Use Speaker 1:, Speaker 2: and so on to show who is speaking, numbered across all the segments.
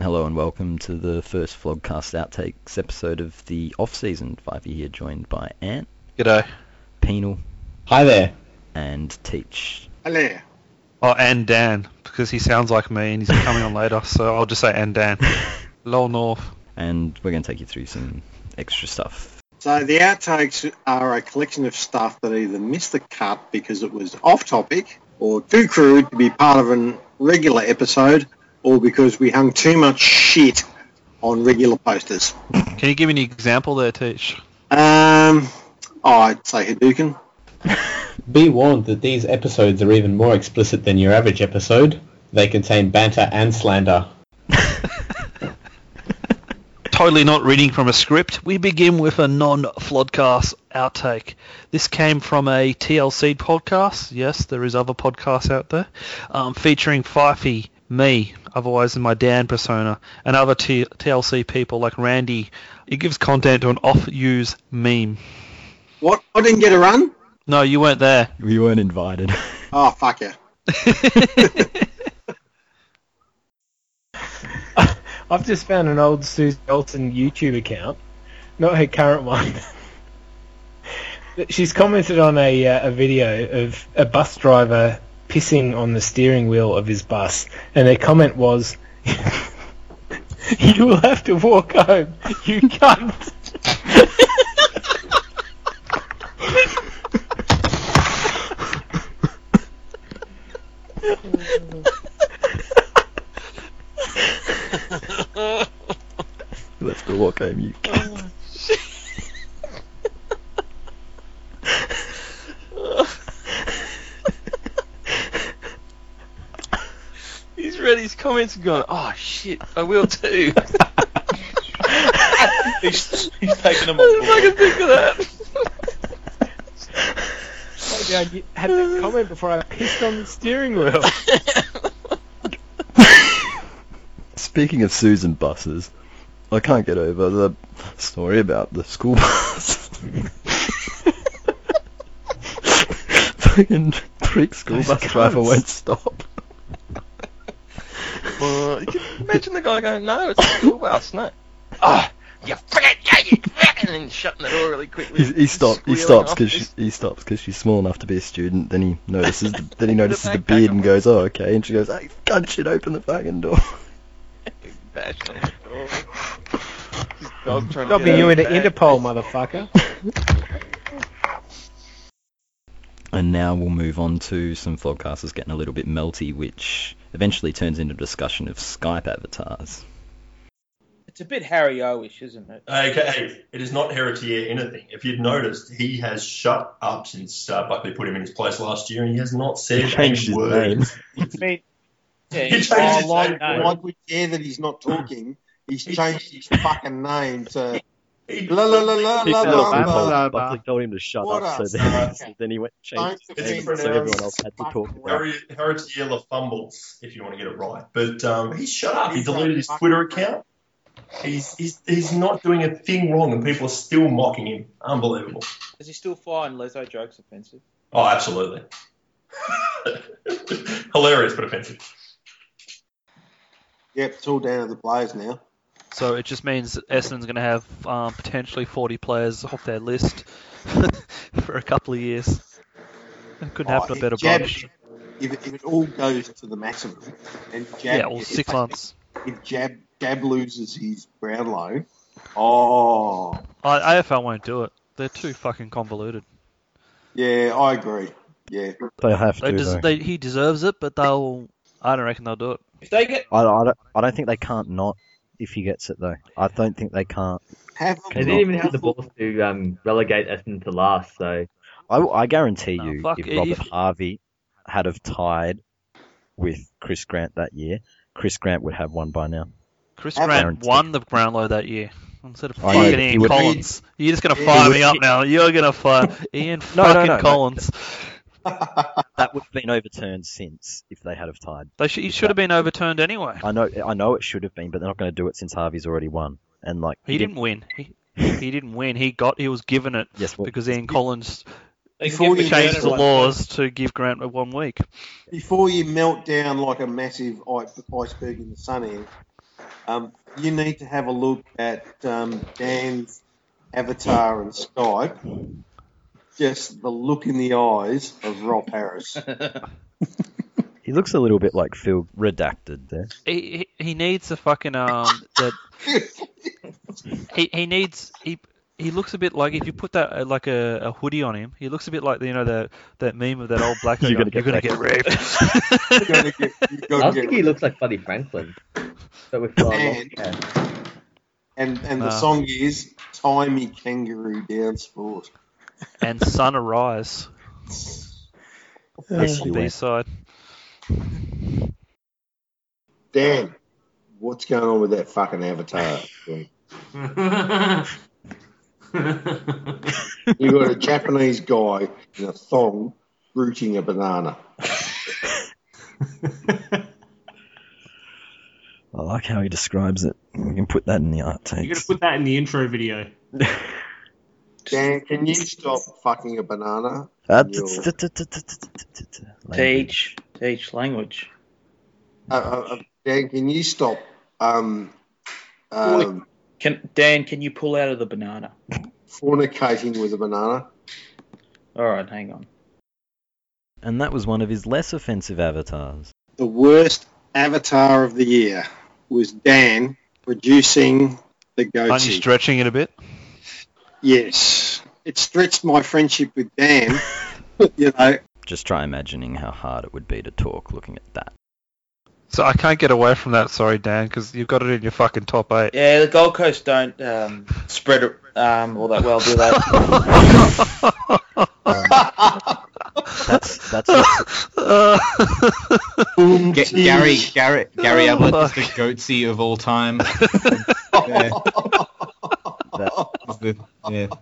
Speaker 1: Hello and welcome to the first Vlogcast Outtakes episode of the off season. Vivey here, joined by Ant,
Speaker 2: G'day.
Speaker 1: Penal,
Speaker 3: Hi there.
Speaker 1: and Teach.
Speaker 4: Hello.
Speaker 2: Oh, and Dan, because he sounds like me and he's coming on later, so I'll just say and Dan. Lol North.
Speaker 1: And we're going to take you through some extra stuff.
Speaker 4: So the outtakes are a collection of stuff that either missed the cut because it was off topic or too crude to be part of a regular episode or because we hung too much shit on regular posters.
Speaker 2: Can you give me an example there, Teach?
Speaker 4: Um, oh, I'd say Hadouken.
Speaker 3: Be warned that these episodes are even more explicit than your average episode. They contain banter and slander.
Speaker 2: Totally not reading from a script. We begin with a non-Flodcast outtake. This came from a TLC podcast. Yes, there is other podcasts out there. Um, featuring Fifey, me, otherwise in my Dan persona, and other T- TLC people like Randy. It gives content to an off-use meme.
Speaker 4: What? I didn't get a run?
Speaker 2: No, you weren't there.
Speaker 1: We weren't invited.
Speaker 4: Oh, fuck yeah.
Speaker 5: I've just found an old Susie Olsen YouTube account, not her current one. But She's commented on a, uh, a video of a bus driver pissing on the steering wheel of his bus, and her comment was, "You will have to walk home, you cunt."
Speaker 1: Let's go walk home, you. cunt.
Speaker 6: He's read his comments and gone, oh shit, I will too.
Speaker 7: he's, he's taken them
Speaker 6: I didn't fucking
Speaker 7: on board.
Speaker 6: think of that.
Speaker 5: Maybe I get- had that comment before I pissed on the steering wheel.
Speaker 1: Speaking of Susan buses, I can't get over the story about the school bus. Fucking prick school bus driver won't stop.
Speaker 6: Well, you can imagine the guy going, no, it's a school bus, no. Oh, you fucking, yeah, you fucking, and then shutting the door really quickly.
Speaker 1: He, he stops. He
Speaker 6: squealing
Speaker 1: stops
Speaker 6: off
Speaker 1: because
Speaker 6: his-
Speaker 1: he stops because she's small enough to be a student. Then he notices. The, then he
Speaker 6: Put a
Speaker 1: notices the
Speaker 6: backpack
Speaker 1: beard
Speaker 6: on.
Speaker 1: and goes, "Oh, okay." And she goes, "Hey, cunt, shit, open the fucking door."
Speaker 6: Bash on the door. His dog trying to
Speaker 5: Got
Speaker 6: get
Speaker 5: me you
Speaker 6: out of
Speaker 5: into
Speaker 6: the bag.
Speaker 5: Interpol, motherfucker.
Speaker 1: And now we'll move on to some vlogcasters getting a little bit melty, which eventually turns into a discussion of Skype avatars.
Speaker 6: It's a bit Harry O-ish, isn't it?
Speaker 7: Okay, it is not Heretier anything. If you'd noticed, he has shut up since uh, Buckley put him in his place last year, and he has not said
Speaker 1: He changed
Speaker 7: a
Speaker 1: his
Speaker 7: word.
Speaker 1: name.
Speaker 6: Yeah,
Speaker 7: He
Speaker 6: he's
Speaker 7: changed
Speaker 6: all
Speaker 8: Oh,
Speaker 7: his
Speaker 6: along
Speaker 7: name.
Speaker 6: that.
Speaker 7: What?
Speaker 4: Like we care that he's not talking. He's changed his fucking name to
Speaker 7: He-
Speaker 4: la la la la
Speaker 9: He
Speaker 4: la
Speaker 9: told
Speaker 4: la.
Speaker 9: him-
Speaker 4: la.
Speaker 9: Buckley, Buckley told him to shut
Speaker 4: What
Speaker 9: up,
Speaker 4: else?
Speaker 9: so then,
Speaker 4: Okay.
Speaker 9: then he went and changed
Speaker 4: Don't
Speaker 9: his name,
Speaker 7: defend
Speaker 9: so everyone
Speaker 7: us.
Speaker 9: else had to talk about it.
Speaker 7: Harry- Heretier La Fumbles, if you want to get it right. But um, he's shut up. He
Speaker 4: He's
Speaker 7: deleted
Speaker 4: like
Speaker 7: his
Speaker 4: fucking
Speaker 7: Twitter
Speaker 4: great.
Speaker 7: account. He's, he's, he's not doing a thing wrong, and people are still mocking him. Unbelievable.
Speaker 6: Does he still find Lezo jokes offensive?
Speaker 7: Oh, absolutely. Hilarious, but offensive.
Speaker 4: Yep, it's all down to the players now.
Speaker 2: So it just means that Essendon's going to have um, potentially 40 players off their list for a couple of years. It couldn't happen
Speaker 4: Oh,
Speaker 2: a better
Speaker 4: Jab-
Speaker 2: bunch.
Speaker 4: If, if it all goes to the maximum, and Jab,
Speaker 2: Yeah, or six
Speaker 4: if-
Speaker 2: months.
Speaker 4: If Jab Jab loses his Brownlow, oh
Speaker 2: I, AFL won't do it. They're too fucking convoluted.
Speaker 4: yeah, I agree. Yeah.
Speaker 9: They have to.
Speaker 2: They des-
Speaker 9: though.
Speaker 2: they, he deserves it, but they'll. I don't reckon they'll do it.
Speaker 10: If they get
Speaker 9: I, I, don't, I don't think they can't not if he gets it though. I don't think they can't.
Speaker 4: Have
Speaker 10: they didn't even have the balls to um, relegate us into last, so
Speaker 9: I, I guarantee
Speaker 2: No,
Speaker 9: you,
Speaker 2: fuck,
Speaker 9: if
Speaker 2: if-
Speaker 9: Robert Harvey had have tied with Chris Grant that year, Chris Grant would have one by now.
Speaker 2: Chris
Speaker 4: Have
Speaker 2: Grant
Speaker 9: guaranteed.
Speaker 2: won the Brownlow that year. Instead of
Speaker 9: I know,
Speaker 2: fucking
Speaker 9: but he
Speaker 2: Ian
Speaker 9: would-
Speaker 2: Collins, you're just gonna
Speaker 4: he
Speaker 2: fire
Speaker 9: would-
Speaker 2: me up now. You're gonna fire Ian
Speaker 9: No, no,
Speaker 2: fucking
Speaker 9: no, no.
Speaker 2: Collins.
Speaker 9: That would have been overturned since if they had have tied.
Speaker 2: They sh- he should have been overturned anyway.
Speaker 9: I know I know it should have been, but they're not going to do it since Harvey's already won. And like
Speaker 2: He didn't win. He, he didn't win. He got. He was given it
Speaker 9: Yes, well,
Speaker 2: because Ian Collins
Speaker 10: they could
Speaker 4: Before
Speaker 10: give
Speaker 4: you
Speaker 10: the
Speaker 2: changed
Speaker 4: it
Speaker 2: the
Speaker 4: like
Speaker 2: laws to give Grant one week.
Speaker 4: Before you melt down like a massive ice- iceberg in the sun is, um, you need to have a look at um, Dan's avatar and Skype. Just the look in the eyes of Rob Harris.
Speaker 9: he looks a little bit like Phil redacted there.
Speaker 2: He, he, he needs a fucking um. That he, he needs he. He looks a bit like if you put that uh, like a, a hoodie on him, he looks a bit like you know the that meme of that old black guy.
Speaker 9: You're
Speaker 2: going,
Speaker 9: gonna
Speaker 2: You're
Speaker 9: get
Speaker 2: gonna
Speaker 4: You've gotta
Speaker 2: get raped.
Speaker 4: get- you've gotta
Speaker 10: I don't
Speaker 4: get
Speaker 10: think he looks like Buddy Franklin. But with far long
Speaker 4: And-
Speaker 10: hair.
Speaker 4: And and the
Speaker 2: Ah.
Speaker 4: song is "Timey Kangaroo Dance Sport."
Speaker 2: and Sun Arise,
Speaker 9: Yes, he
Speaker 2: B
Speaker 9: went.
Speaker 2: side.
Speaker 4: Dan, what's going on with that fucking avatar? you got a Japanese guy in a thong rooting a banana.
Speaker 9: I like how he describes it. We can put that in the art
Speaker 8: You're gonna
Speaker 9: takes.
Speaker 8: put that in the intro video.
Speaker 4: Dan, can you stop fucking a banana?
Speaker 9: Uh,
Speaker 4: You'll-
Speaker 9: tut- tut- tut- tut- tut- tut- tut- tut- language.
Speaker 10: Teach, teach language.
Speaker 4: Uh, uh, uh, Dan, can you stop? Um, um,
Speaker 10: Can Dan, can you pull out of the banana?
Speaker 4: fornicating with a banana.
Speaker 10: All right, hang on.
Speaker 9: And that was one of his less offensive avatars.
Speaker 4: The worst avatar of the year was Dan producing the
Speaker 2: Aren't you
Speaker 4: goatee.
Speaker 2: stretching it a bit?
Speaker 4: yes, it stretched my friendship with Dan. you know,
Speaker 9: Just try imagining how hard it would be to talk looking at that.
Speaker 2: So I can't get away from that. Sorry, Dan, because you've got it in your fucking top eight.
Speaker 10: Yeah, the Gold Coast don't um, spread it um, all that well, do Um, they?
Speaker 9: That's that's a,
Speaker 2: Get
Speaker 4: Gary-
Speaker 3: Gary
Speaker 2: Gary Ablett is the
Speaker 3: goatsy of all time. yeah.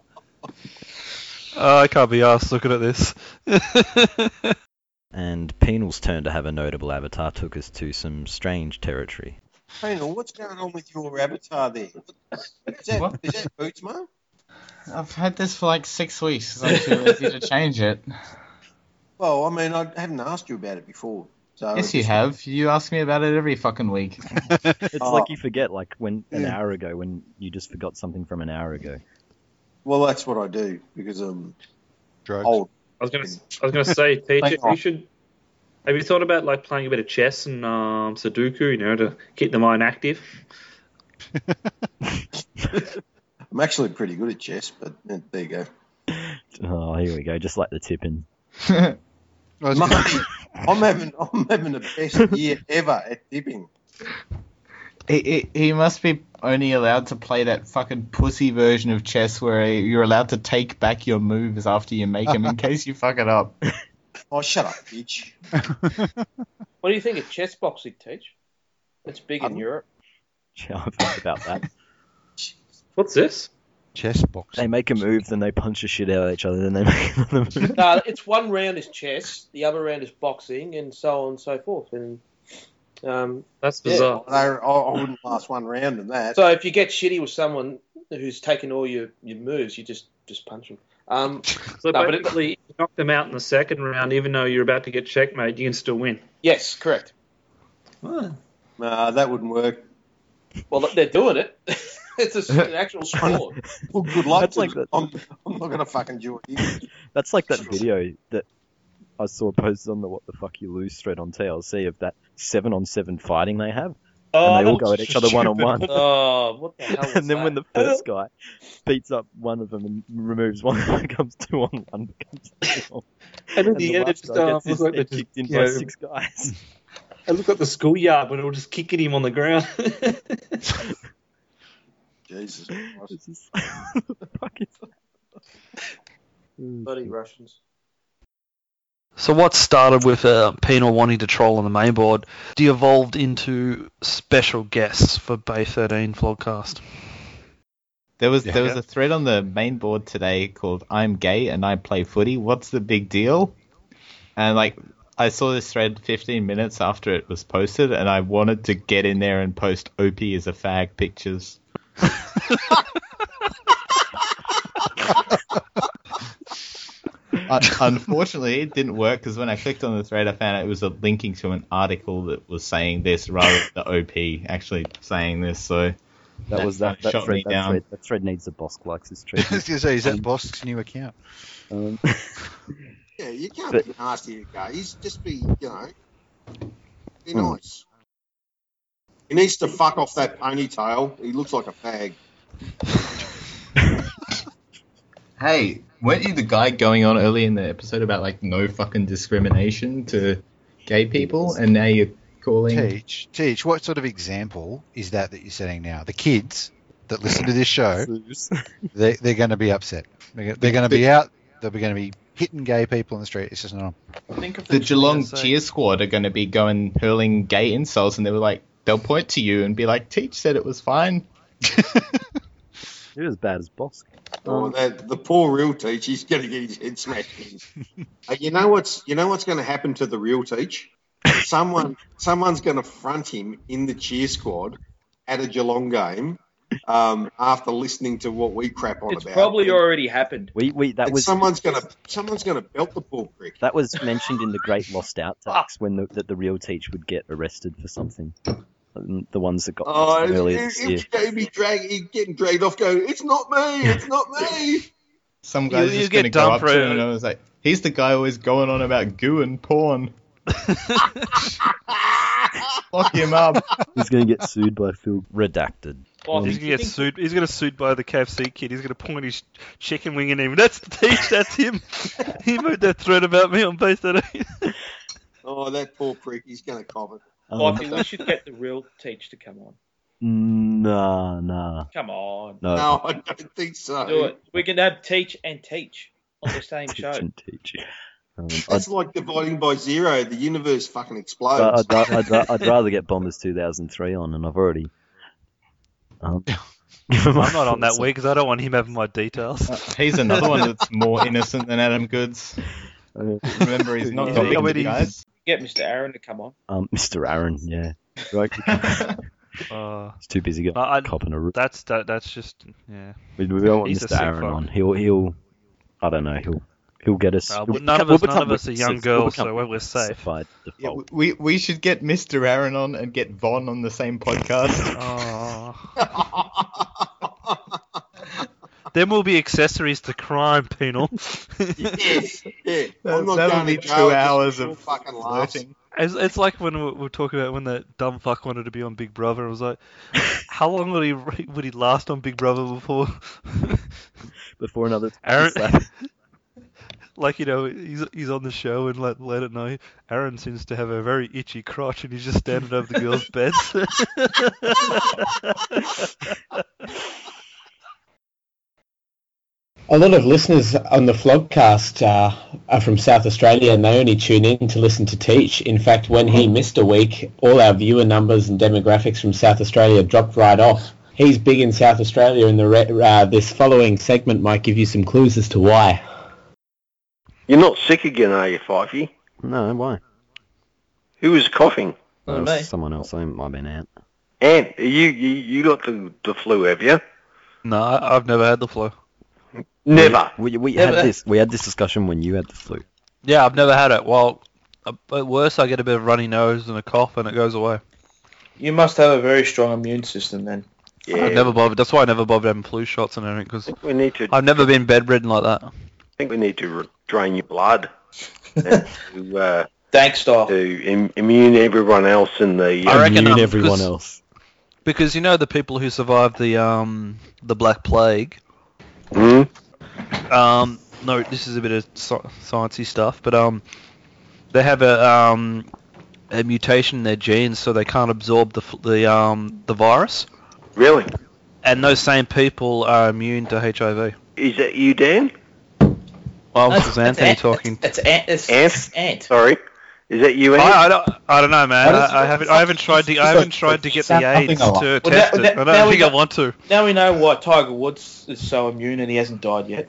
Speaker 2: Oh, I can't be asked looking at this.
Speaker 9: and Penal's turn to have a notable avatar took us to some strange territory.
Speaker 4: Hang on, what's going on with your avatar there? Is that,
Speaker 3: What?
Speaker 4: is that Boots, mate?
Speaker 3: I've had this for like six weeks. 'cause I'm too lazy to change it.
Speaker 4: Well, I mean, I haven't asked you about it before. So
Speaker 3: Yes, you have. You ask me about it every fucking week.
Speaker 9: It's
Speaker 4: Oh.
Speaker 9: like you forget, like when an
Speaker 4: Yeah.
Speaker 9: hour ago, when you just forgot something from an hour ago.
Speaker 4: Well, that's what I do because I'm
Speaker 11: Drugs.
Speaker 4: old.
Speaker 8: I was gonna, I was gonna say, teacher,
Speaker 4: Hang on.
Speaker 8: you should. Have you thought about like playing a bit of chess and um, Sudoku, you know, to keep the mind active?
Speaker 4: I'm actually pretty good at chess, but eh, there you go.
Speaker 9: Oh, here we go. Just like the tip in.
Speaker 11: I was gonna-
Speaker 4: Mate, I'm having I'm having the best year ever at dipping.
Speaker 3: He- he, he must be only allowed to play that fucking pussy version of chess where you're allowed to take back your moves after you make them in case you fuck it up.
Speaker 4: Oh, shut up, bitch.
Speaker 10: What do you think of chess boxing, Teach? It's big in
Speaker 4: Um,
Speaker 10: Europe.
Speaker 9: Yeah, I thought about that.
Speaker 8: What's this?
Speaker 11: Chess box.
Speaker 9: They make a move, then they punch the shit out of each other, then they make another move.
Speaker 10: No, it's one round is chess, the other round is boxing, and so on and so forth. And um,
Speaker 8: That's
Speaker 10: Yeah.
Speaker 8: bizarre.
Speaker 4: I, I wouldn't last one round in that.
Speaker 10: so if you get shitty with someone who's taken all your, your moves, you just just punch them. Um,
Speaker 8: So
Speaker 10: No, but it-
Speaker 8: basically, if you knock them out in the second round, even though you're about to get checkmate, you can still win.
Speaker 10: yes, correct.
Speaker 4: Nah, that wouldn't work.
Speaker 10: Well, they're doing it. it's a, s- an actual sport.
Speaker 4: Well, good luck.
Speaker 9: That's
Speaker 4: to
Speaker 9: like
Speaker 4: them.
Speaker 9: the-
Speaker 4: I'm, I'm not gonna fucking do it. either.
Speaker 9: That's like that video that I saw posted on the What the Fuck You Lose thread on TLC of that 7 on 7 fighting they have.
Speaker 4: Oh,
Speaker 9: and they all go at each other one on one.
Speaker 10: Oh, what the hell? Was
Speaker 9: and then when the
Speaker 10: that?
Speaker 9: first guy beats up one of them and removes one, it becomes two on one. Becomes two on.
Speaker 8: And
Speaker 9: then
Speaker 8: at the end, it just uh, looks like they're just,
Speaker 9: kicked in
Speaker 8: you
Speaker 9: by
Speaker 8: know,
Speaker 9: six guys.
Speaker 8: It looked like the schoolyard when it was just kicking him on the ground.
Speaker 4: Jesus.
Speaker 9: Christ.
Speaker 10: Bloody Russians.
Speaker 2: So what started with uh, Penal wanting to troll on the main board de-evolved into special guests for Bay 13 Vlogcast.
Speaker 3: There was there was a thread on the main board today called "I'm gay and I play footy. What's the big deal?" And like I saw this thread 15 minutes after it was posted, and I wanted to get in there and post "Opie is a fag" pictures. Un- Unfortunately, it didn't work because when I clicked on the thread, I found out it was a linking to an article that was saying this rather than the OP actually saying this. So
Speaker 9: That was that, that,
Speaker 3: shot
Speaker 9: thread,
Speaker 3: me
Speaker 9: that,
Speaker 3: down.
Speaker 9: thread, that thread needs a boss likes this
Speaker 11: I was
Speaker 9: treatment.
Speaker 11: gonna say, is that Bosk's new account?
Speaker 9: Um,
Speaker 4: Yeah, you can't
Speaker 9: But-
Speaker 4: be nasty to gays. Just be, you know, be
Speaker 9: Hmm.
Speaker 4: nice. He needs to fuck off that ponytail. He looks like a fag.
Speaker 3: Hey, weren't you the guy going on early in the episode about like no fucking discrimination to gay people, and now you're calling?
Speaker 11: Teach, teach. What sort of example is that that you're setting now? The kids that listen to this show, they, they're going to be upset. They're, going to be out. They're going to be hitting gay people in the street. It's just not. on.
Speaker 2: Think of
Speaker 3: the Geelong cheer squad are going to be going hurling gay insults, and they were like, they'll point to you and be like, "Teach said it was fine."
Speaker 9: You're as bad as Bosk. Hmm.
Speaker 4: Oh, that, the poor real teach, he's going to get his head smashed in. Uh, you know what's you know what's going to happen to the real teach? Someone someone's going to front him in the cheer squad at a Geelong game um, after listening to what we crap on
Speaker 10: It's
Speaker 4: about.
Speaker 10: probably already happened.
Speaker 9: We, we, that
Speaker 4: And
Speaker 9: was
Speaker 4: someone's going to someone's going to belt the poor prick.
Speaker 9: that was mentioned in the Great Lost Outtakes when the, that the real teach would get arrested for something. Um, The ones that got
Speaker 4: Oh, it's,
Speaker 9: earlier
Speaker 4: it's,
Speaker 9: this year.
Speaker 4: Jamie drag, he's getting dragged off. Going, it's not me, it's not me.
Speaker 3: Some
Speaker 2: You-
Speaker 3: guys
Speaker 2: you
Speaker 3: just
Speaker 2: get
Speaker 3: going to go
Speaker 2: done
Speaker 3: up
Speaker 2: for
Speaker 3: to
Speaker 2: it.
Speaker 3: him, and I was like, "He's the guy always going on about goo and porn." Lock him up.
Speaker 9: He's going to get sued by Phil. Redacted.
Speaker 10: Well,
Speaker 2: He's
Speaker 10: did
Speaker 2: gonna get
Speaker 10: you think-
Speaker 2: sued. He's gonna get sued by the KFC kid. He's gonna point his chicken wing at him. That's the teach. That's him. he made that thread about me on base that
Speaker 4: Oh, that poor prick, he's going to cop it.
Speaker 9: Um,
Speaker 10: Mikey, we should get the real teach to come on.
Speaker 9: nah, nah.
Speaker 10: Come on.
Speaker 3: Uh,
Speaker 9: No.
Speaker 4: No, I don't think so.
Speaker 10: Do it. We can have teach and teach on the same
Speaker 9: Teach
Speaker 10: show.
Speaker 9: and teach. Um, I'd,
Speaker 4: That's like dividing by zero. The universe fucking explodes.
Speaker 9: I'd,
Speaker 3: Uh,
Speaker 9: I'd, I'd, ra- I'd rather get Bombers 2003 on, and I've already. Um, I'm
Speaker 2: I'm not on that week because I don't want him having my
Speaker 9: Uh,
Speaker 2: details.
Speaker 3: He's another one that's more innocent than Adam Goods. Remember, he's not
Speaker 9: uh,
Speaker 2: Yeah.
Speaker 3: got
Speaker 2: Yeah,
Speaker 3: big
Speaker 2: but
Speaker 3: titties.
Speaker 2: he's-
Speaker 10: Get Mr. Aaron to come on.
Speaker 9: Um, Mr. Aaron, yeah. Right.
Speaker 2: Uh,
Speaker 9: He's too busy
Speaker 2: But I-
Speaker 9: going copping a roof.
Speaker 2: that's that. That's just yeah.
Speaker 9: We, we don't want
Speaker 2: He's a
Speaker 9: Mr.
Speaker 2: sick
Speaker 9: Aaron
Speaker 2: fuck.
Speaker 9: on. He'll he'll. I don't know. He'll he'll get us.
Speaker 2: Uh,
Speaker 9: he'll
Speaker 2: well, none of
Speaker 9: become-
Speaker 2: us-
Speaker 9: we'll
Speaker 2: none of
Speaker 9: become
Speaker 2: us are young
Speaker 9: witnesses. We'll
Speaker 2: girls,
Speaker 9: become
Speaker 2: so we're- we're safe.
Speaker 9: witnesses By
Speaker 3: Yeah,
Speaker 9: default.
Speaker 3: we we should get Mr. Aaron on and get Von on the same podcast.
Speaker 2: Oh. Then will be accessories to crime, penal.
Speaker 4: yes, yeah.
Speaker 3: That-
Speaker 4: I'm not
Speaker 3: that'll
Speaker 4: going
Speaker 3: be
Speaker 4: to jail,
Speaker 3: two
Speaker 4: just
Speaker 3: hours
Speaker 4: pure
Speaker 3: of
Speaker 4: fucking laughs.
Speaker 3: flirting.
Speaker 2: It's, it's like when we were talking about when that dumb fuck wanted to be on Big Brother. It was like, how long would he would he last on Big Brother before,
Speaker 9: Before another
Speaker 2: Aaron-
Speaker 9: slap.
Speaker 2: like you know, he's he's on the show and let let it know. Aaron seems to have a very itchy crotch and he's just standing over the girls' beds.
Speaker 12: A lot of listeners on the Flogcast uh, are from South Australia and they only tune in to listen to Teach. In fact, when he missed a week, all our viewer numbers and demographics from South Australia dropped right off. He's big in South Australia and the re- uh, this following segment might give you some clues as to why.
Speaker 6: You're not sick again, are you, Fifey?
Speaker 9: No, why?
Speaker 6: Who was coughing?
Speaker 9: That
Speaker 10: Not
Speaker 9: was
Speaker 10: me.
Speaker 9: someone else. I might have been out.
Speaker 6: Ant, you, you, you got the, the flu, have you?
Speaker 2: no, I- I've never had the flu.
Speaker 6: Never.
Speaker 9: We, we
Speaker 2: Yeah,
Speaker 9: had
Speaker 2: but-
Speaker 9: this. We had this discussion when you had the flu.
Speaker 2: Yeah, I've never had it. Well, uh, at worst, I get a bit of runny nose and a cough and it goes away.
Speaker 10: You must have a very strong immune system then.
Speaker 6: Yeah.
Speaker 2: I've never bothered. That's why I never bothered having flu shots and everything because
Speaker 6: We need to. I
Speaker 2: I've never been bedridden like that.
Speaker 6: think we need to re- drain your blood and to uh,
Speaker 10: Thanks, Doc.
Speaker 13: To Im- immune everyone else in the.
Speaker 2: I reckon, um, because-
Speaker 13: else.
Speaker 2: Because you know the people who survived the um the Black Plague. Um, no, this is a bit of sci- sciencey stuff, but um, they have a um a mutation in their genes, so they can't absorb the f- the um the virus.
Speaker 13: Really?
Speaker 2: And those same people are immune to HIV.
Speaker 13: Is that you, Dan?
Speaker 2: Well, this is Anthony talking.
Speaker 10: It's ant. It's,
Speaker 13: Ant? Sorry. Is that you, Ant?
Speaker 2: I, I don't, I don't know, man.
Speaker 13: What is-
Speaker 2: I, I haven't, I haven't tried to, I haven't tried to get the
Speaker 10: Sounds nothing
Speaker 2: AIDS
Speaker 10: alike.
Speaker 2: to
Speaker 10: Well,
Speaker 2: test
Speaker 10: that-
Speaker 2: it.
Speaker 10: that-
Speaker 2: I don't
Speaker 10: now we
Speaker 2: think I
Speaker 10: got-
Speaker 2: want to.
Speaker 10: Now we know why Tiger Woods is so immune and he hasn't died yet.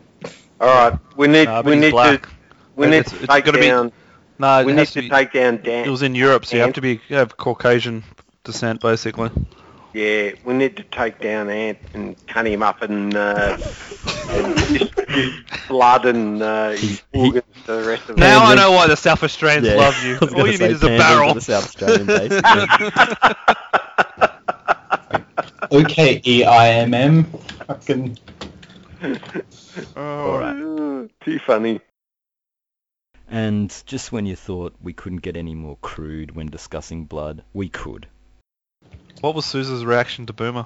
Speaker 13: All right, we need
Speaker 2: Nah, but
Speaker 13: we
Speaker 2: he's
Speaker 13: need
Speaker 2: black.
Speaker 13: to we need
Speaker 2: It's-
Speaker 13: to
Speaker 2: it's
Speaker 13: take
Speaker 2: gotta be-
Speaker 13: down
Speaker 2: No, it
Speaker 13: we
Speaker 2: has
Speaker 13: need
Speaker 2: to
Speaker 13: to
Speaker 2: be-
Speaker 13: take down Dan.
Speaker 2: It was in Europe, so you have
Speaker 13: Ant.
Speaker 2: to be have Caucasian descent, basically.
Speaker 13: Yeah, we need to take down Ant and cut him up and, uh, and distribute blood and uh, his organs to the rest of
Speaker 2: Now I
Speaker 13: us.
Speaker 2: know why the South Australians
Speaker 13: Yeah,
Speaker 2: love you.
Speaker 13: I was
Speaker 2: All
Speaker 13: gonna
Speaker 2: you
Speaker 13: say
Speaker 2: need is a
Speaker 13: Pandas are
Speaker 2: barrel.
Speaker 13: the South Australian,
Speaker 3: O K E I M M. Fucking.
Speaker 2: Oh.
Speaker 13: All right. Too funny.
Speaker 9: And just when you thought we couldn't get any more crude when discussing blood, we could.
Speaker 2: what was Sousa's reaction to Boomer?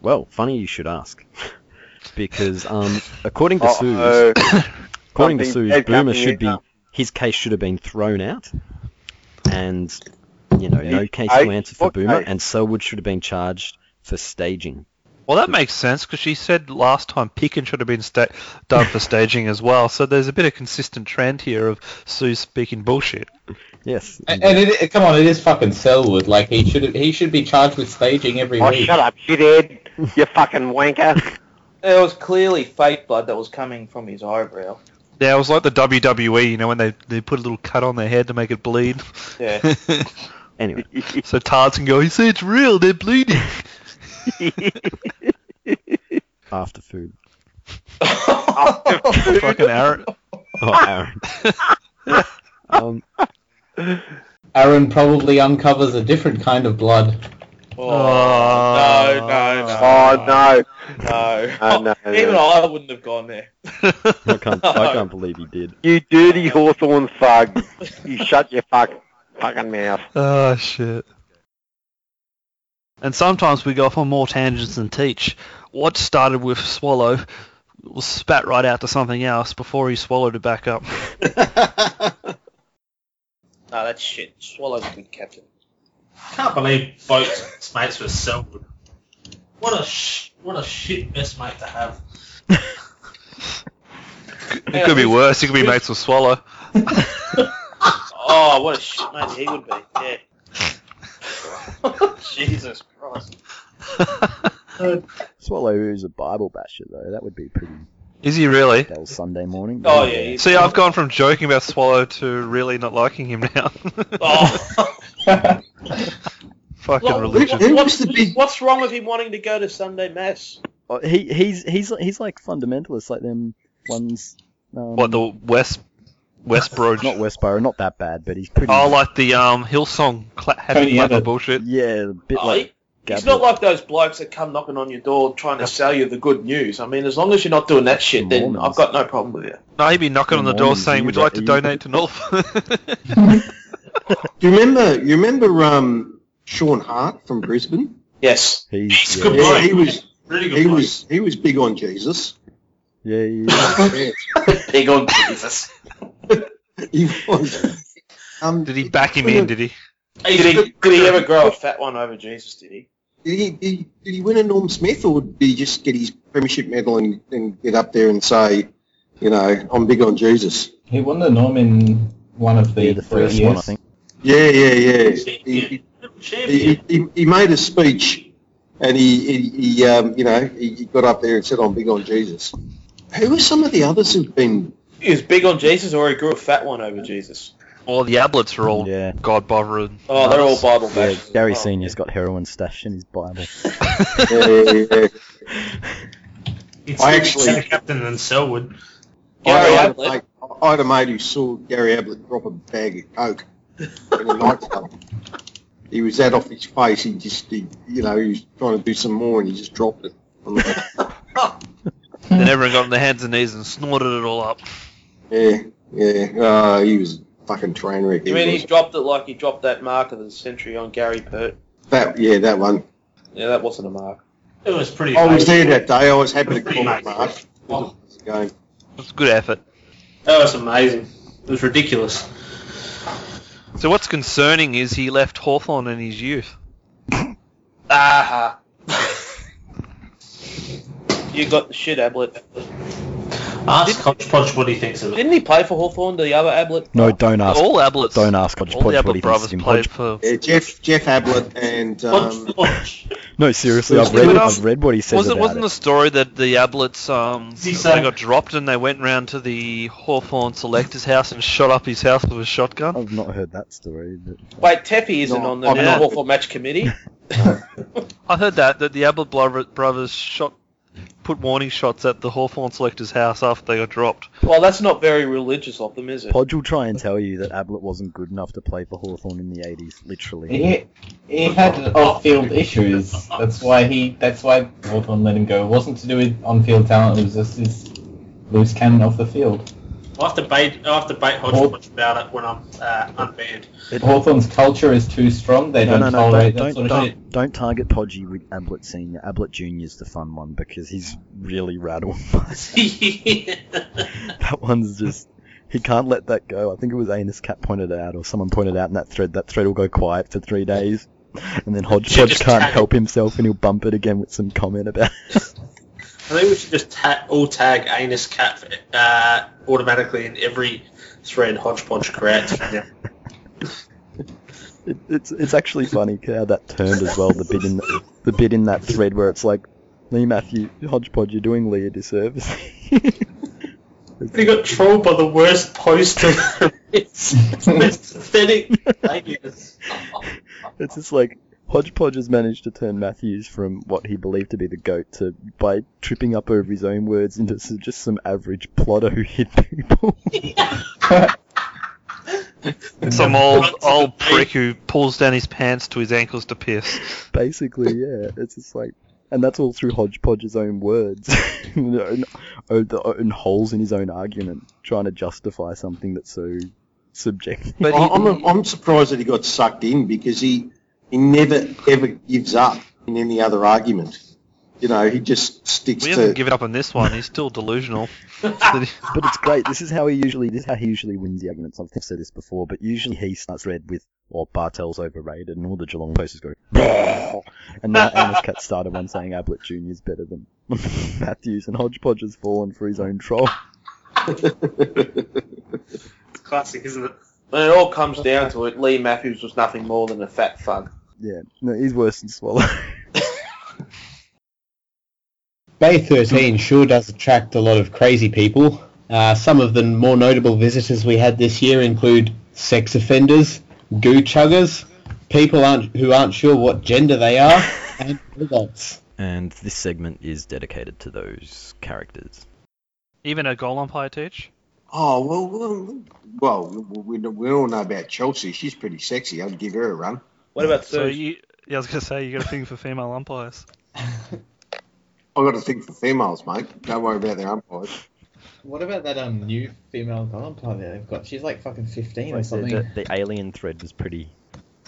Speaker 9: Well, funny you should ask. because um, according to
Speaker 13: Uh-oh.
Speaker 9: Suze, according to
Speaker 13: Something
Speaker 9: Suze,
Speaker 13: bad
Speaker 9: Boomer
Speaker 13: happening
Speaker 9: should be
Speaker 13: now.
Speaker 9: his case should have been thrown out, and you know no case
Speaker 2: I-
Speaker 9: to answer for
Speaker 2: what
Speaker 9: Boomer,
Speaker 2: case?
Speaker 9: and Selwood should have been charged for staging.
Speaker 2: Well, that makes sense because she said last time Pickin should have been sta- done for staging as well. So there's a bit of consistent trend here of Sue speaking bullshit.
Speaker 9: Yes.
Speaker 3: And it, it- come on, it is fucking Selwood. Like he should he should be charged with staging every
Speaker 13: Oh,
Speaker 3: week.
Speaker 13: shut up, shithead! You fucking wanker!
Speaker 10: It was clearly fake blood that was coming from his eyebrow.
Speaker 2: Yeah, it was like the WWE, you know, when they, they put a little cut on their head to make it bleed.
Speaker 10: Yeah.
Speaker 9: anyway.
Speaker 2: So Tards can go, you see, it's real, they're bleeding.
Speaker 9: After food.
Speaker 2: Fucking Aaron.
Speaker 9: Oh, Aaron.
Speaker 1: Ah!
Speaker 9: um,
Speaker 3: Aaron probably uncovers a different kind of blood.
Speaker 10: Oh, no, no, no.
Speaker 13: Oh no!
Speaker 10: No.
Speaker 13: Oh, no, no.
Speaker 10: Even I wouldn't have gone there.
Speaker 9: I can't, I can't believe he did.
Speaker 13: You dirty Hawthorn thug! You shut your fuck, fucking mouth.
Speaker 2: Oh, shit. And sometimes we go off on more tangents than teach. What started with swallow was spat right out to something else before he swallowed it back up.
Speaker 10: No, that's shit. Swallow's a good captain.
Speaker 8: Can't believe both mates were Selwood. What a sh- what a shit mess mate to have.
Speaker 2: It could be worse. It could be mates with swallow.
Speaker 10: Oh, what a shit mate he would be. Yeah. Jesus Christ.
Speaker 1: Swallow is a Bible basher though. That would be pretty.
Speaker 2: Is he really?
Speaker 1: That was Sunday morning.
Speaker 10: Oh, yeah, he's-
Speaker 2: See, I've gone from joking about Swallow to really not liking him now.
Speaker 10: Oh.
Speaker 2: Fucking
Speaker 10: What-
Speaker 2: religion.
Speaker 10: what- what's, what's wrong with him wanting to go to Sunday Mass?
Speaker 1: Oh, he he's he's he's like fundamentalist, like them ones. Um,
Speaker 2: What the West Westboro?
Speaker 1: not Westboro, not that bad, but he's pretty.
Speaker 2: Oh, like the um Hillsong cla- happy clapper bullshit.
Speaker 1: Yeah, a bit
Speaker 10: Oh,
Speaker 1: like.
Speaker 10: he- It's
Speaker 1: Gabriel.
Speaker 10: not like those blokes that come knocking on your door trying to sell you the good news. I mean, as long as you're not doing that shit, then I've got no problem with you.
Speaker 2: No, he'd be knocking on the door saying, "Would you like to donate to North?"
Speaker 4: Do you remember? You remember um, Sean Hart from Brisbane?
Speaker 10: Yes.
Speaker 1: He's,
Speaker 4: yeah, he was.
Speaker 10: Really
Speaker 4: he was. He was big on Jesus.
Speaker 1: Yeah,
Speaker 10: Big on Jesus.
Speaker 4: he was. Um,
Speaker 2: did he back him in? Did he?
Speaker 10: Did he, did he ever grow a fat one over Jesus? Did he?
Speaker 4: Did he, did, he, did he win a Norm Smith, or did he just get his premiership medal and, and get up there and say, you know, I'm big on Jesus?
Speaker 3: He won the Norm in one of the,
Speaker 1: Yeah, the
Speaker 3: three
Speaker 1: first
Speaker 3: years.
Speaker 1: one, I think.
Speaker 4: Yeah, yeah, yeah. He, he, he, he made a speech, and he, he, he um, you know, he he got up there and said, "I'm big on Jesus." Who are some of the others who've been?
Speaker 10: He was big on Jesus, or he grew a fat one over Jesus.
Speaker 2: All the ablets are all
Speaker 1: Yeah.
Speaker 2: God bothering.
Speaker 10: Oh, they're all Bible
Speaker 1: Yeah,
Speaker 10: bashers.
Speaker 1: Gary Senior's got heroin stashed in his Bible.
Speaker 4: Yeah, yeah, yeah. I
Speaker 14: Better
Speaker 4: actually,
Speaker 14: captain than Selwood.
Speaker 4: I, had, I, I had a mate who saw Gary Ablett drop a bag of coke in a nightclub. He was out off his face. He just, he, you know, he was trying to do some more, and he just dropped it. I'm like,
Speaker 2: Then everyone got on their hands and knees and snorted it all up.
Speaker 4: Yeah, yeah. Uh, he was fucking train wreck. he
Speaker 10: You mean
Speaker 4: was.
Speaker 10: he's dropped it like he dropped that mark of the century on Gary Pert?
Speaker 4: That yeah, that one.
Speaker 10: Yeah, that wasn't a mark.
Speaker 8: It was
Speaker 10: Oh,
Speaker 8: pretty.
Speaker 4: I was Oh, there that day. I was happy to call it Mark. It was a game.
Speaker 2: It's good effort.
Speaker 8: That was amazing. It was ridiculous.
Speaker 2: So what's concerning is he left Hawthorn in his youth.
Speaker 10: Ah. you got the shit, Ablett.
Speaker 8: Ask Hodgepodge what he thinks of it.
Speaker 10: Didn't he play for Hawthorn? The other Ablett?
Speaker 1: No, don't ask.
Speaker 10: All Ablett's-
Speaker 1: Don't ask Hodge
Speaker 10: all the
Speaker 1: Podge what
Speaker 10: Ablett
Speaker 1: he thinks of him. Hodge-
Speaker 2: for
Speaker 4: yeah, Jeff Jeff Ablett and um,
Speaker 1: No, seriously,
Speaker 4: Was
Speaker 1: I've read,
Speaker 4: it-
Speaker 1: I've read what he says
Speaker 4: was it-
Speaker 1: about
Speaker 4: wasn't
Speaker 1: it.
Speaker 2: Wasn't the story that the Ablett's um
Speaker 8: he
Speaker 2: they
Speaker 8: say-
Speaker 2: got dropped and they went round to the Hawthorn selector's house and shot up his house with a shotgun?
Speaker 1: I've not heard that story.
Speaker 10: Wait, Teffy isn't on the
Speaker 2: I'm not.
Speaker 10: Hawthorn match committee.
Speaker 2: I heard that that the Ablett bro- brothers shot put warning shots at the Hawthorn selector's house after they got dropped.
Speaker 10: Well, that's not very religious of them, is it?
Speaker 1: Podge will try and tell you that Ablett wasn't good enough to play for Hawthorn in the 80s, literally.
Speaker 12: He, he had off-field issues. That's why he. That's why Hawthorn let him go. It wasn't to do with on-field talent. It was just his loose cannon off the field.
Speaker 8: I have to bait. I have to bait Hodgepodge about it when I'm uh, unbanned.
Speaker 12: Hawthorn's culture is too strong. They
Speaker 1: no,
Speaker 12: don't
Speaker 1: no, no,
Speaker 12: tolerate
Speaker 1: don't,
Speaker 12: that sort
Speaker 1: don't,
Speaker 12: of shit.
Speaker 1: don't, don't target Podgy with Ablett Senior. Ablett Junior's the fun one because he's really rattled. by that. that one's just he can't let that go. I think it was Anus Cat pointed out, or someone pointed out in that thread. That thread will go quiet for three days, and then Hodge Podge can't help himself, and he'll bump it again with some comment about.
Speaker 8: I think we should just ta- all tag anus cat for, uh, automatically in every thread Hodgepodge creates.
Speaker 1: It, it's it's actually funny how that turned as well. The bit in the, the bit in that thread where it's like, Lee Matthew Hodgepodge, you're doing Lee a disservice.
Speaker 8: He got trolled by the worst poster. it's, it's the most pathetic. alias.
Speaker 1: It's just like Hodgepodge has managed to turn Matthews from what he believed to be the goat to by tripping up over his own words into s- just some average plotter who hit people.
Speaker 2: Some old old prick who pulls down his pants to his ankles to piss.
Speaker 1: Basically, yeah, it's just like, and that's all through Hodgepodge's own words, and own, own, the own holes in his own argument, trying to justify something that's so subjective.
Speaker 4: But I'm, I'm- I'm surprised that he got sucked in because he he never ever gives up in any other argument. You know, he just sticks
Speaker 2: We
Speaker 4: to.
Speaker 2: haven't given up on this one. He's still delusional.
Speaker 1: but it's great. This is how he usually this is how he usually wins the arguments. I've said this before, but usually he starts red with or Bartels overrated, and all the Geelong posters go. "Bah!" and now Amos Cat started one saying Ablett Junior is better than Matthews, and Hodgepodge has fallen for his own troll.
Speaker 8: It's classic, isn't it?
Speaker 10: When it all comes down to it, Lee Matthews was nothing more than a fat fuck.
Speaker 1: Yeah, no, he's worse than Swallow.
Speaker 12: Bay 13 sure does attract a lot of crazy people. Uh, some of the more notable visitors we had this year include sex offenders, goo chuggers, people aren't, who aren't sure what gender they are, and robots.
Speaker 15: And this segment is dedicated to those characters.
Speaker 2: Even a goal umpire teach.
Speaker 4: Oh well, well, well we, we all know about Chelsea. She's pretty sexy. I'd give her a run.
Speaker 10: What about
Speaker 2: so?
Speaker 10: Serge?
Speaker 2: You, yeah, I was gonna say you got a thing for female umpires.
Speaker 4: I got a thing for females, mate. Don't worry about their umpires.
Speaker 12: What about that um, new female umpire that they've got? She's like fucking 15
Speaker 9: Like, the, the, the alien thread was pretty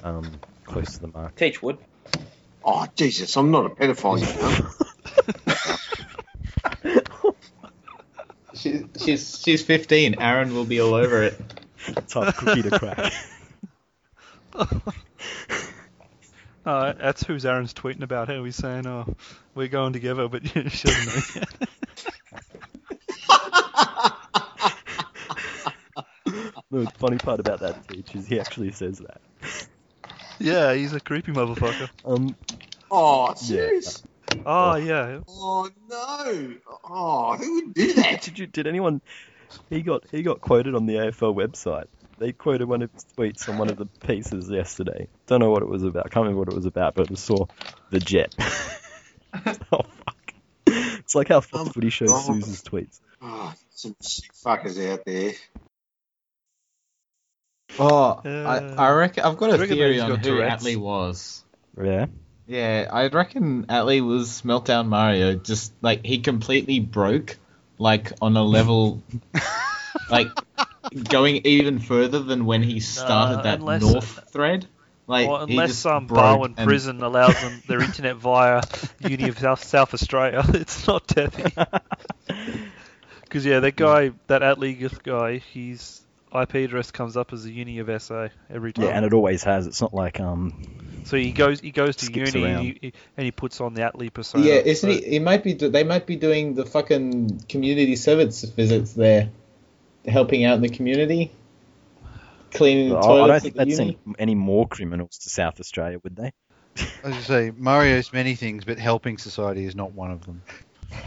Speaker 9: um, close to the mark.
Speaker 10: Teach Wood.
Speaker 4: Oh Jesus, I'm not a pedophile. You know?
Speaker 11: She's, she's, she's 15. Aaron will be all over it.
Speaker 1: Tough cookie to crack.
Speaker 2: Uh, that's who's Aaron's tweeting about. How he's saying, "Oh, we're going together," but she doesn't know yet.
Speaker 1: the funny part about that teach is he actually says that.
Speaker 2: yeah, he's a creepy motherfucker.
Speaker 1: Um,
Speaker 4: Oh, serious?
Speaker 2: Oh yeah.
Speaker 4: Oh no! Oh, who would do that?
Speaker 1: Did you? Did anyone? He got he got quoted on the AFL website. They quoted one of his tweets on one of the pieces yesterday. Don't know what it was about. Can't remember what it was about, but it saw the jet. oh fuck! It's like how Fox Footy shows
Speaker 4: God.
Speaker 1: Suze's tweets.
Speaker 4: Oh, some sick fuckers out there.
Speaker 11: Oh, I, I
Speaker 4: Uh,
Speaker 11: reckon I've got
Speaker 4: I
Speaker 11: a
Speaker 4: reckon
Speaker 11: theory
Speaker 4: he's
Speaker 11: on
Speaker 4: got
Speaker 11: who
Speaker 4: Tourette's.
Speaker 11: Atlee was.
Speaker 1: Yeah.
Speaker 11: Yeah, I reckon Atlee was Meltdown Mario. Just like he completely broke, like on a level, like
Speaker 3: going even further than when he started
Speaker 2: Uh,
Speaker 3: that
Speaker 2: unless-
Speaker 3: North thread. Like
Speaker 2: Well,
Speaker 3: he
Speaker 2: unless
Speaker 3: just
Speaker 2: some
Speaker 3: broke
Speaker 2: Barwon
Speaker 3: and-
Speaker 2: prison allows them their internet via Uni of South, South Australia, it's not Tethys. Because yeah, that guy, that Atlee guy, his IP address comes up as the Uni of SA every time.
Speaker 1: Yeah, and it always has. It's not like um.
Speaker 2: so he goes, he goes to
Speaker 1: skips
Speaker 2: Uni
Speaker 1: around.
Speaker 2: and he, and he puts on the Atlee persona.
Speaker 3: Yeah, isn't
Speaker 2: so-
Speaker 3: he? He might be. do- They might be doing the fucking community service visits there, helping out in the community, cleaning the
Speaker 1: I,
Speaker 3: toilets.
Speaker 1: I don't think
Speaker 3: at the
Speaker 1: they'd send
Speaker 3: uni.
Speaker 1: any more criminals to South Australia, would they?
Speaker 11: As you say, Mario's many things, but helping society is not one of them.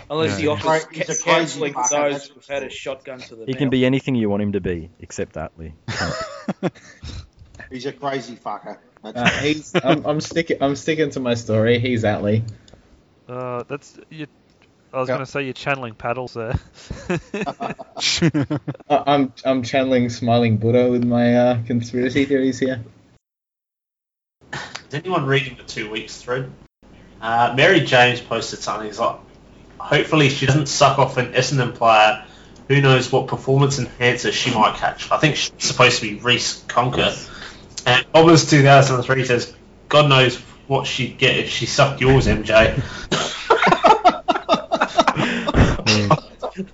Speaker 8: Unless
Speaker 11: Yeah.
Speaker 8: the office
Speaker 10: He's a
Speaker 8: is
Speaker 10: crazy
Speaker 8: cancelling
Speaker 10: fucker, that's
Speaker 8: those
Speaker 10: for
Speaker 8: who've had a shotgun to the
Speaker 1: He can
Speaker 8: mouth.
Speaker 1: be anything you want him to be, except Atlee.
Speaker 4: He's a crazy fucker. That's
Speaker 3: Uh, he's, I'm, I'm sticking. I'm sticking to my story. He's Atlee.
Speaker 2: Uh, that's you. I was
Speaker 3: Yeah.
Speaker 2: going to say you're channeling paddles there.
Speaker 3: I- I'm I'm channeling smiling Buddha with my uh, conspiracy theories here.
Speaker 8: Is anyone reading the two weeks thread? Uh, Mary James posted something. He's like, hopefully she doesn't suck off an Essendon player. Who knows what performance enhancer she might catch? I think she's supposed to be Reese Conker. And Bobbers 2003 says, God knows what she'd get if she sucked yours, MJ.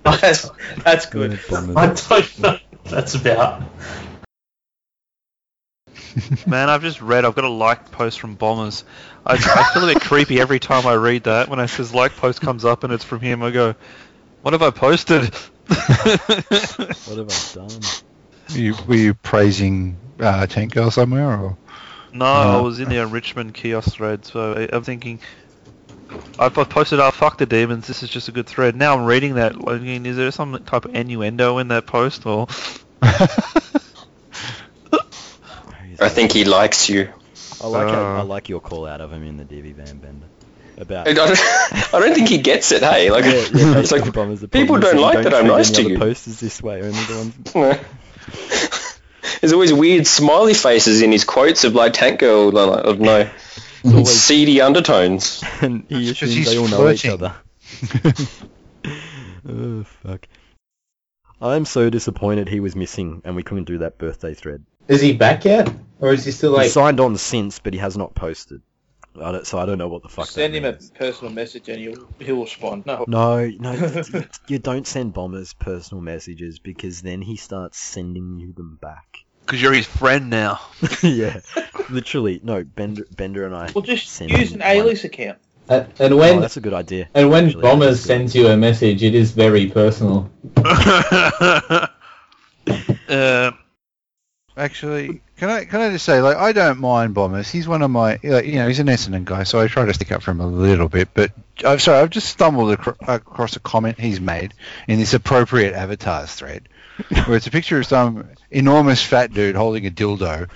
Speaker 8: that's, that's good. I don't know what that's about.
Speaker 2: Man, I've just read. I've got a like post from Bombers. I, I feel a bit creepy every time I read that. When I says like post comes up and it's from him, I go, "What have I posted?"
Speaker 1: what have I done?
Speaker 11: Were you, were you praising uh, Tank Girl somewhere? Or?
Speaker 2: No,
Speaker 16: Uh,
Speaker 2: I was in the Richmond kiosk thread, so I, I'm thinking. I've I've posted, oh, fuck the demons, this is just a good thread. Now I'm reading that, like, I mean, is there some type of innuendo in that post, or...
Speaker 16: I think he likes you.
Speaker 1: I like how,
Speaker 16: Uh.
Speaker 1: I like your call out of him in the Divi Van Bender about.
Speaker 16: I don't, I don't think he gets it, hey? Like,
Speaker 1: Yeah, yeah,
Speaker 16: it's like
Speaker 1: Facebook bombers are
Speaker 16: people
Speaker 1: problems
Speaker 16: don't
Speaker 1: and
Speaker 16: like that I'm
Speaker 1: treat
Speaker 16: nice
Speaker 1: any
Speaker 16: to
Speaker 1: other
Speaker 16: you.
Speaker 1: Posters this way, only the ones.
Speaker 16: No. There's always weird smiley faces in his quotes of like Tank Girl. Like, I don't know. Seedy undertones.
Speaker 1: And he
Speaker 16: That's 'cause
Speaker 1: assumes
Speaker 16: he's
Speaker 1: they all know each
Speaker 16: flirting.
Speaker 1: other. oh fuck! I'm so disappointed he was missing, and we couldn't do that birthday thread.
Speaker 10: Is he back yet, or is he still
Speaker 1: he
Speaker 10: like?
Speaker 1: signed on since, but he has not posted. I don't, so I don't know what the fuck. That
Speaker 8: Send him a personal message and he'll, he'll respond. No.
Speaker 1: no, no, you, you don't send bombers personal messages because then he starts sending you them back.
Speaker 2: Because you're his friend now.
Speaker 1: yeah, literally. No, Bender, Bender and I.
Speaker 8: Well, just
Speaker 1: send
Speaker 8: use
Speaker 1: him
Speaker 8: an
Speaker 1: one-
Speaker 8: Alias account.
Speaker 12: And, uh, and when
Speaker 1: Oh, that's a good idea.
Speaker 12: and when
Speaker 1: actually.
Speaker 12: Bomber sends you a message, it is very personal.
Speaker 11: Actually, can I can I just say like I don't mind Bombers. He's one of my like, you know he's an Essendon guy, so I try to stick up for him a little bit. But I'm sorry, I've just stumbled acro- across a comment he's made in this appropriate avatars thread, where it's a picture of some enormous fat dude holding a dildo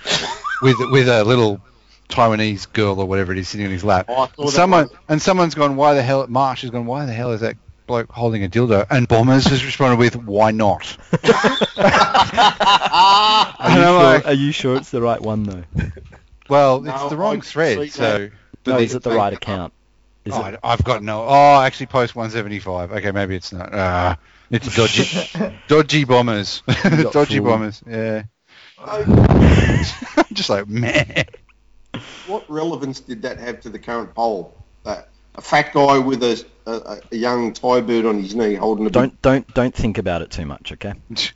Speaker 11: with with a little Taiwanese girl or whatever it is sitting in his lap.
Speaker 10: Oh, I saw that
Speaker 11: Someone and someone's gone, why the hell? Marsh has gone, why the hell is that bloke holding a dildo? And Bombers has responded with, why not?
Speaker 1: Are you,
Speaker 4: Ah!
Speaker 11: And I'm
Speaker 1: sure,
Speaker 11: like-
Speaker 1: are you sure it's the right one though?
Speaker 11: Well,
Speaker 1: No,
Speaker 11: it's the wrong
Speaker 1: I see
Speaker 11: thread, so.
Speaker 1: that. No, is it the right account? Is
Speaker 11: Oh,
Speaker 1: it?
Speaker 11: I- I've got no. Oh, I actually post 175. Okay, maybe it's not. Ah, it's dodgy. dodgy bombers.
Speaker 1: You got
Speaker 11: dodgy
Speaker 1: fooled.
Speaker 11: bombers. Yeah. Just like man.
Speaker 4: What relevance did that have to the current poll? That a fat guy with a, a, a young Thai bird on his knee holding a big-
Speaker 1: Don't don't don't think about it too much, okay?
Speaker 2: It's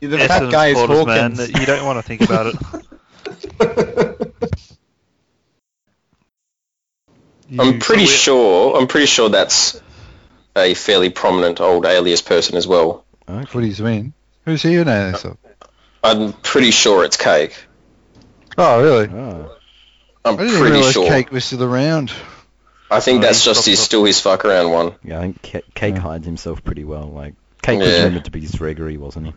Speaker 4: You're the
Speaker 2: Essendon
Speaker 4: fat guy is
Speaker 2: supporters, man,
Speaker 4: Hawkins.
Speaker 2: that you don't want to think about it.
Speaker 16: I'm pretty sure. I'm pretty sure that's a fairly prominent old alias person as well.
Speaker 11: What do you mean? Who's he in there? So-
Speaker 16: I'm pretty sure it's Cake.
Speaker 11: Oh, really?
Speaker 1: Ah,
Speaker 16: I'm
Speaker 11: I didn't
Speaker 16: pretty
Speaker 11: realize
Speaker 16: sure.
Speaker 11: Cake was still around.
Speaker 16: I think
Speaker 11: Oh,
Speaker 16: that's just
Speaker 11: he's probably
Speaker 16: his,
Speaker 11: got-
Speaker 16: still his fuck around one.
Speaker 1: Yeah, I think Ca- Cake hides himself pretty well. Like Cake was
Speaker 16: Yeah.
Speaker 1: rumored to be his Gregory, wasn't he?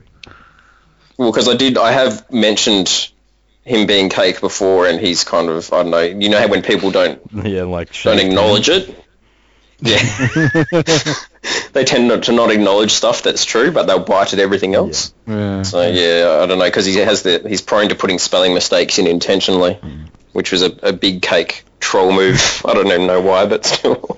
Speaker 16: Well, because I did, I have mentioned him being cake before, and he's kind of, I don't know, you know how when people don't
Speaker 1: yeah, like
Speaker 16: don't
Speaker 1: shaved
Speaker 16: acknowledge it. Yeah, they tend not to not acknowledge stuff that's true, but they'll bite at everything else.
Speaker 11: Yeah.
Speaker 16: So yeah, I don't know because he has the he's prone to putting spelling mistakes in intentionally, which was a, a big cake troll move. I don't even know why, but still.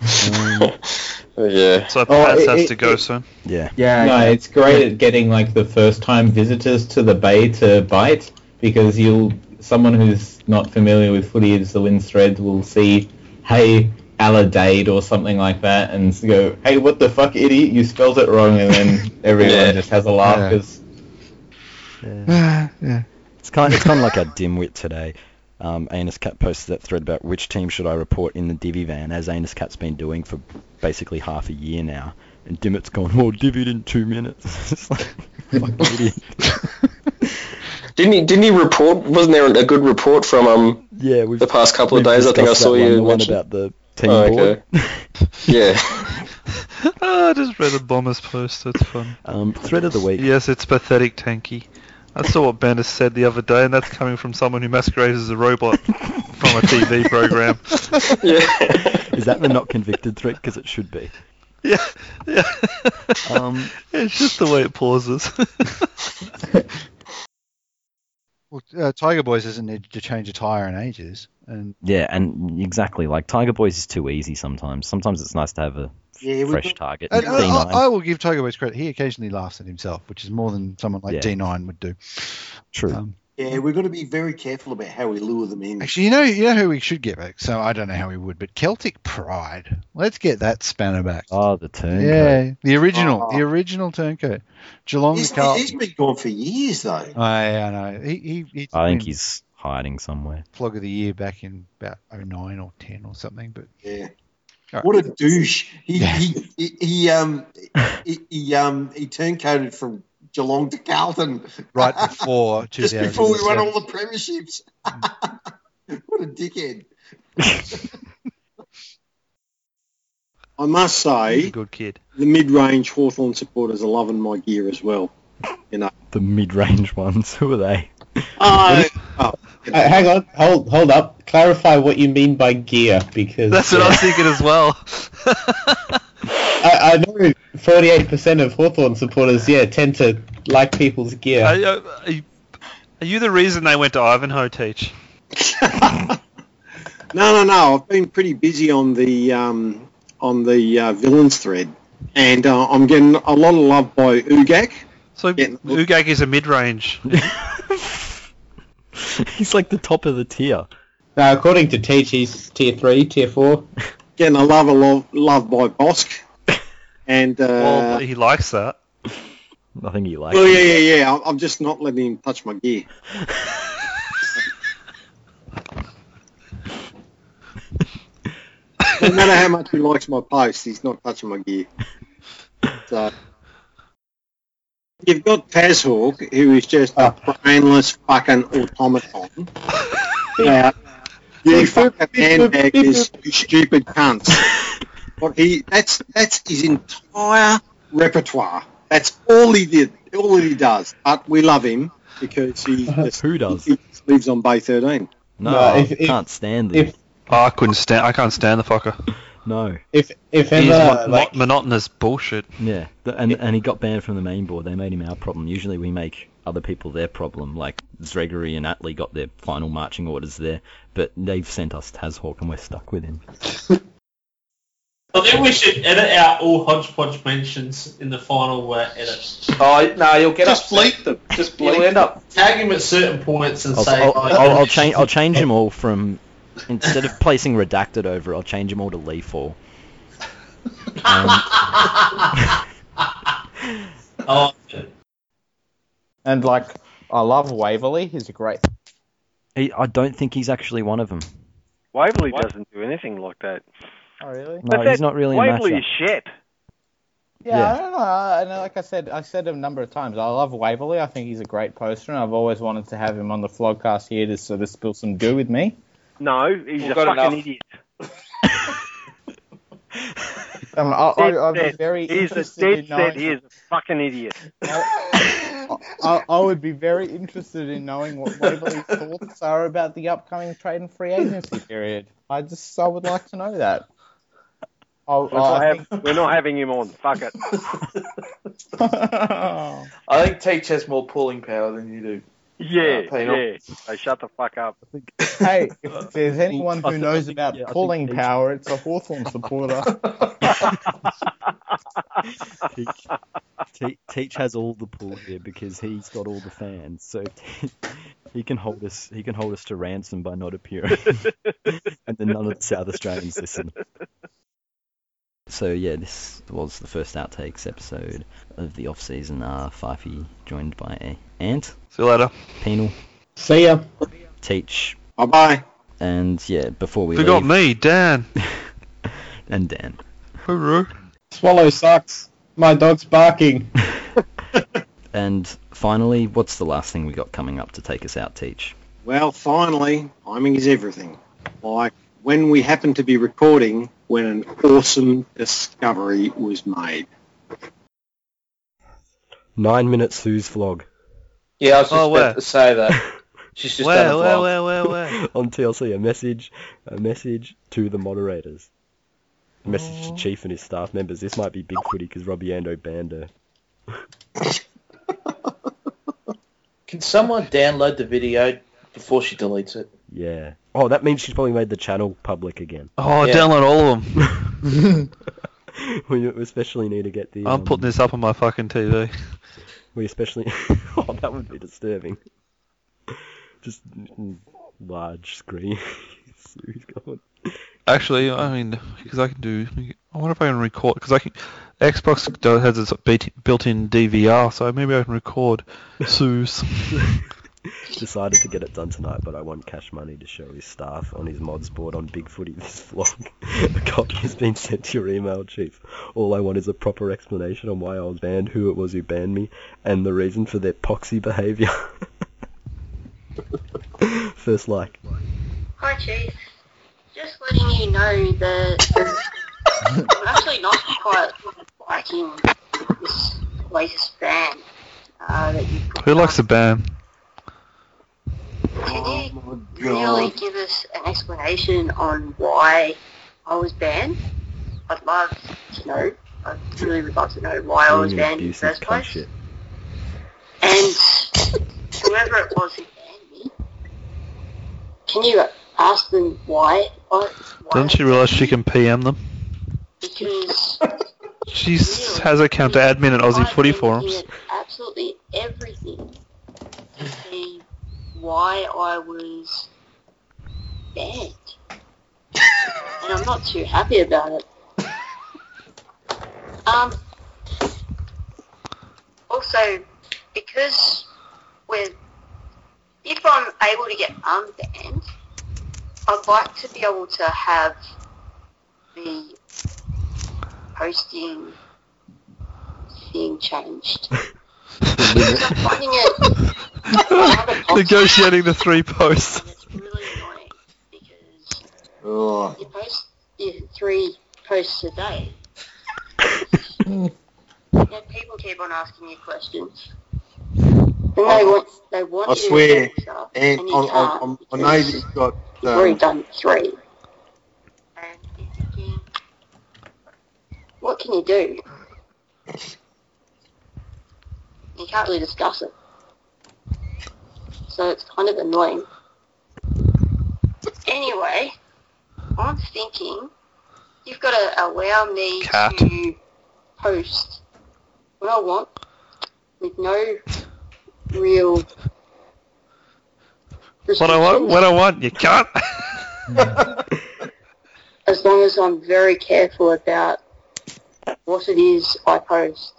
Speaker 16: Yeah.
Speaker 2: So
Speaker 16: Oh,
Speaker 2: perhaps
Speaker 16: it-
Speaker 2: that's
Speaker 16: it-
Speaker 2: to go
Speaker 16: it-
Speaker 2: soon.
Speaker 1: Yeah. Yeah.
Speaker 3: No, it's great at getting like the first time visitors to the bay to bite because you'll someone who's not familiar with footy as the wind thread will see, hey, Alladade or something like that, and go, hey, what the fuck, idiot, you spelled it wrong, and then everyone
Speaker 1: Yeah.
Speaker 3: just has a laugh
Speaker 1: Yeah.
Speaker 3: 'cause-
Speaker 1: Yeah. It's kind it's kind of like our dimwit today. Um, Anus Cat posted that thread about which team should I report in the Divi van, as Anus Cat's been doing for basically half a year now. And Dimwit's gone, well, Divied in two minutes. it's like, fucking idiot.
Speaker 16: Didn't he? Didn't he report? Wasn't there a good report from um
Speaker 1: Yeah, we've
Speaker 16: the past couple of
Speaker 1: we've
Speaker 16: days? I think I
Speaker 1: discussed
Speaker 16: saw
Speaker 1: that one,
Speaker 16: you
Speaker 1: the one
Speaker 16: mention-
Speaker 1: about the team
Speaker 16: Oh,
Speaker 1: board.
Speaker 16: okay. yeah.
Speaker 2: Ah, I just read a bomber's post. That's fun.
Speaker 1: Um, thread of the week.
Speaker 2: Yes, it's pathetic, tanky. I saw what Bandis said the other day, and that's coming from someone who masquerades as a robot from a TV program.
Speaker 1: Is that the not convicted thread? Because it should be.
Speaker 2: Yeah, yeah.
Speaker 1: Um,
Speaker 2: it's just the way it pauses.
Speaker 11: Well, uh, Tiger Boys hasn't needed to change a tire in ages, and
Speaker 9: Yeah, and exactly. Like Tiger Boys is too easy sometimes. Sometimes it's nice to have a
Speaker 11: Yeah, we
Speaker 9: fresh
Speaker 11: got-
Speaker 9: target.
Speaker 11: and I,
Speaker 9: D9.
Speaker 11: I- I will give Tiger Boys credit. He occasionally laughs at himself, which is more than someone like
Speaker 9: Yeah.
Speaker 11: D9 would do.
Speaker 9: True.
Speaker 4: Yeah, we've got to be very careful about how we lure them in.
Speaker 11: Actually, you know, you know who we should get back. So I don't know how we would, but Celtic Pride. Let's get that spanner back.
Speaker 9: Oh, the turncoat.
Speaker 11: Yeah, the original,
Speaker 4: Oh.
Speaker 11: the original turncoat. Geelong.
Speaker 4: He's-
Speaker 11: Carl-
Speaker 4: he's been gone for years, though.
Speaker 11: I, I know. He, he, he
Speaker 9: I think he's hiding somewhere.
Speaker 11: plug of the year back in about 09 or 10 or something. But
Speaker 4: Yeah.
Speaker 11: Alright.
Speaker 4: What a douche! He he, he he um he, he um he turncoated from Geelong to Carlton
Speaker 11: right before
Speaker 4: just before we
Speaker 11: 2007.
Speaker 4: won all the premierships. what a dickhead! I must
Speaker 2: He's a
Speaker 4: say,
Speaker 2: good kid.
Speaker 4: the mid-range Hawthorn supporters are loving my gear as well. You know,
Speaker 1: The mid-range ones. Who are they?
Speaker 4: oh,
Speaker 12: Uh, hang on, hold hold up. Clarify what you mean by gear, because
Speaker 2: That's what I was thinking as well.
Speaker 12: I, I know forty-eight percent of Hawthorn supporters, yeah, tend to like people's gear.
Speaker 2: Are, are, are you- are you the reason they went to Ivanhoe, Teach?
Speaker 4: No, no, no. I've been pretty busy on the um, on the uh, villains thread, and uh, I'm getting a lot of love by Ugak.
Speaker 2: So Ugag is a mid-range.
Speaker 1: He's like the top of the tier.
Speaker 12: Now, according to Teach, he's tier three, tier four.
Speaker 4: Getting a love, a love, love by Bosk, and uh,
Speaker 2: well, he likes that.
Speaker 1: I think he likes.
Speaker 4: well, yeah, yeah, yeah. I'm, I'm just not letting him touch my gear. no matter how much he likes my post, he's not touching my gear. So you've got Tazhawk, who is just a brainless fucking automaton. Uh, you fucking handbaggers, you stupid cunts. But he that's that's his entire repertoire. That's all he did, all he does. But we love him because he just,
Speaker 1: who does
Speaker 4: he lives on Bay 13.
Speaker 1: No,
Speaker 4: No,
Speaker 1: I
Speaker 4: if- if-
Speaker 1: can't stand them.
Speaker 12: If
Speaker 2: Oh, I couldn't stand. I can't stand the fucker.
Speaker 1: no,
Speaker 12: if if
Speaker 2: He's
Speaker 12: ever
Speaker 2: mon-
Speaker 12: like
Speaker 2: mon- monotonous bullshit.
Speaker 1: yeah, Th- and and he got banned from the main board. They made him our problem. Usually we make other people their problem. Like Zregory and Atley got their final marching orders there, but they've sent us Tazhawk and we're stuck with him.
Speaker 8: Well, then we should edit out all hodgepodge mentions in the final uh, edit.
Speaker 10: Oh no, you'll get
Speaker 8: Just
Speaker 10: upset.
Speaker 8: bleep them. Just
Speaker 10: You'll
Speaker 8: bleep
Speaker 10: end up
Speaker 8: Tag him at certain points and
Speaker 1: I'll,
Speaker 8: say,
Speaker 1: I'll,
Speaker 8: like,
Speaker 1: I'll, I'll change I'll change them all from instead of placing redacted over, I'll change them all to Leafall. Um,
Speaker 8: oh,
Speaker 3: And like, I love Waverley. He's a great.
Speaker 1: he, I don't think he's actually one of them.
Speaker 17: Waverley doesn't do anything like that.
Speaker 3: Oh really?
Speaker 1: No, he's not really a
Speaker 17: Waverley
Speaker 1: matchup.
Speaker 17: is shit.
Speaker 3: Yeah,
Speaker 1: Yeah.
Speaker 3: I don't know. I, I know, like I said, I've said it a number of times. I love Waverley. I think he's a great poster, and I've always wanted to have him on the vlogcast here to sort of spill some goo with me.
Speaker 17: No, he's
Speaker 3: We've
Speaker 17: a
Speaker 3: got
Speaker 17: fucking
Speaker 3: enough.
Speaker 17: idiot.
Speaker 3: Um, I, I, I would be
Speaker 17: Dead set.
Speaker 3: very
Speaker 17: He's a
Speaker 3: interested
Speaker 17: dead
Speaker 3: in
Speaker 17: set.
Speaker 3: knowing.
Speaker 17: He is a fucking idiot.
Speaker 3: I, I would be very interested in knowing what Waverley's thoughts are about the upcoming trade and free agency period. I just I would like to know that. Oh, I,
Speaker 17: We're not,
Speaker 3: I,
Speaker 17: have, we're not having him on. Fuck it.
Speaker 3: think...
Speaker 10: I think Teach has more pulling power than you do.
Speaker 17: Yeah,
Speaker 3: Uh, Penal.
Speaker 17: yeah. So shut the fuck up.
Speaker 3: Hey, if there's anyone
Speaker 17: I
Speaker 3: who
Speaker 17: think-
Speaker 3: knows about
Speaker 17: yeah, I think
Speaker 3: pulling
Speaker 17: each-
Speaker 3: power, it's a Hawthorn supporter.
Speaker 1: Teach, Te- Teach has all the pull here because he's got all the fans, so he can hold us. He can hold us to ransom by not appearing, and then none of the South Australians listen. So yeah, this was the first outtakes episode of the off season. Uh, Fifey joined by Ant.
Speaker 2: See you later.
Speaker 1: Penal.
Speaker 12: See ya.
Speaker 1: Teach.
Speaker 4: Bye bye.
Speaker 1: And yeah, before we
Speaker 2: Forgot
Speaker 1: leave,
Speaker 2: me, Dan.
Speaker 1: and Dan.
Speaker 12: Swallow sucks. My dog's barking.
Speaker 1: And finally, what's the last thing we got coming up to take us out, Teach?
Speaker 4: Well, finally, timing is everything. Like when we happened to be recording when an awesome discovery was made.
Speaker 1: Nine minutes Sue's vlog.
Speaker 10: Yeah, I was just
Speaker 1: Oh, where?
Speaker 10: about to say that. She's just done a vlog.
Speaker 2: where,
Speaker 1: on TLC, a message, a message to the moderators, a message
Speaker 10: Oh.
Speaker 1: to Chief and his staff members. This might be big footy because Robbie Ando banned her.
Speaker 10: Can someone download the video before she deletes it?
Speaker 1: Yeah. Oh, that means she's probably made the channel public again.
Speaker 2: Oh,
Speaker 10: Yeah.
Speaker 2: download all of them.
Speaker 1: we especially need to get the.
Speaker 2: I'm
Speaker 1: um,
Speaker 2: putting this up on my fucking TV.
Speaker 1: We especially. oh, that would be disturbing. Just mm, large screen. Sue's gone.
Speaker 2: Actually, I mean, because I can do. I wonder if I can record because I can. Xbox do- has its beat- built-in DVR, so maybe I can record Sue's.
Speaker 1: Decided to get it done tonight, but I want Cash Money to show his staff on his mods board on Big Footy this vlog. the copy has been sent to your email, Chief. All I want is a proper explanation on why I was banned, who it was who banned me, and the reason for their poxy behaviour. First like.
Speaker 13: Hi, Chief. Just letting you know that I'm actually not quite liking this latest ban. Uh, that you
Speaker 2: Who likes a ban?
Speaker 4: Oh
Speaker 13: Can you really give us an explanation on why I was banned? I'd love to know. I really would love to know why I was
Speaker 1: Being
Speaker 13: banned in the
Speaker 1: abusive
Speaker 13: first
Speaker 1: cunt
Speaker 13: place.
Speaker 1: shit.
Speaker 13: And whoever it was who banned me, can you ask them why? I,
Speaker 2: Doesn't she realise she can PM them?
Speaker 13: because
Speaker 2: She s- has her counter admin at Aussie Footy forums.
Speaker 13: absolutely everything to see why I was banned. And I'm not too happy about it. Um, also, because we're, if I'm able to get unbanned, I'd like to be able to have the posting thing changed. I'm finding it
Speaker 2: Negotiating the three posts.
Speaker 4: Oh,
Speaker 13: you post you three posts a day. Yeah, people keep on asking you questions. And they want they want
Speaker 2: Oh,
Speaker 4: I
Speaker 13: you to
Speaker 4: swear,
Speaker 13: do stuff,
Speaker 4: and
Speaker 13: and
Speaker 4: I,
Speaker 13: you
Speaker 4: I,
Speaker 13: can't
Speaker 4: I'm- I know that you've got. Um,
Speaker 13: done three. What can you do? You can't really discuss it. So it's kind of annoying. Anyway, I'm thinking you've got to allow me
Speaker 2: Cat.
Speaker 13: to post what I want with no real.
Speaker 2: What I want, what I want, you can't.
Speaker 13: as long as I'm very careful about what it is I post.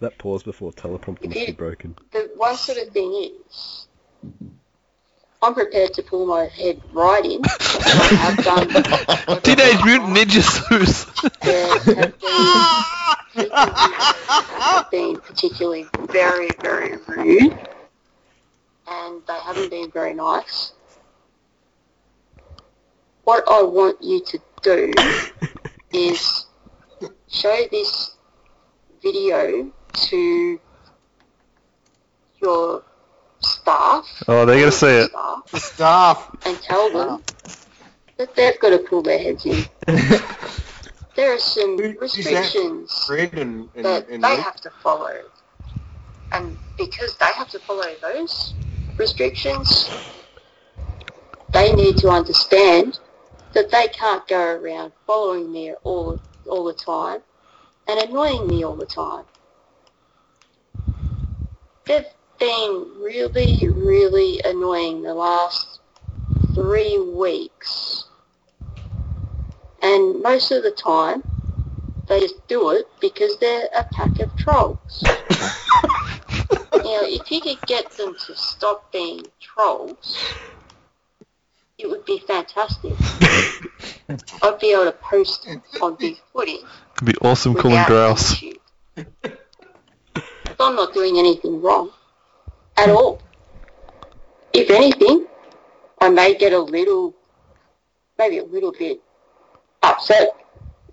Speaker 1: That pause before teleprompter must be broken.
Speaker 13: The one sort of thing is, I'm prepared to pull my head right in. I've done
Speaker 2: Teenage Mutant Ninja Sue's.
Speaker 13: have been particularly very, very rude, and they haven't been very nice. What I want you to do is show this video to your staff
Speaker 2: Oh, they're gonna see it.
Speaker 13: the staff and tell
Speaker 17: Uh,
Speaker 13: them that they've got to pull their heads in. there are some restrictions
Speaker 4: Fred and, and,
Speaker 13: that
Speaker 4: and
Speaker 13: they
Speaker 4: Luke?
Speaker 13: have to follow. and because they have to follow those restrictions, they need to understand that they can't go around following me all all the time and annoying me all the time. They've been really, really annoying the last three weeks. And most of the time, they just do it because they're a pack of trolls. you know, if you could get them to stop being trolls, it would be fantastic. I'd be able to post on Big Footy.
Speaker 2: Could be awesome calling grouse.
Speaker 13: But I'm not doing anything wrong at all. If anything, I may get a little, maybe a little bit upset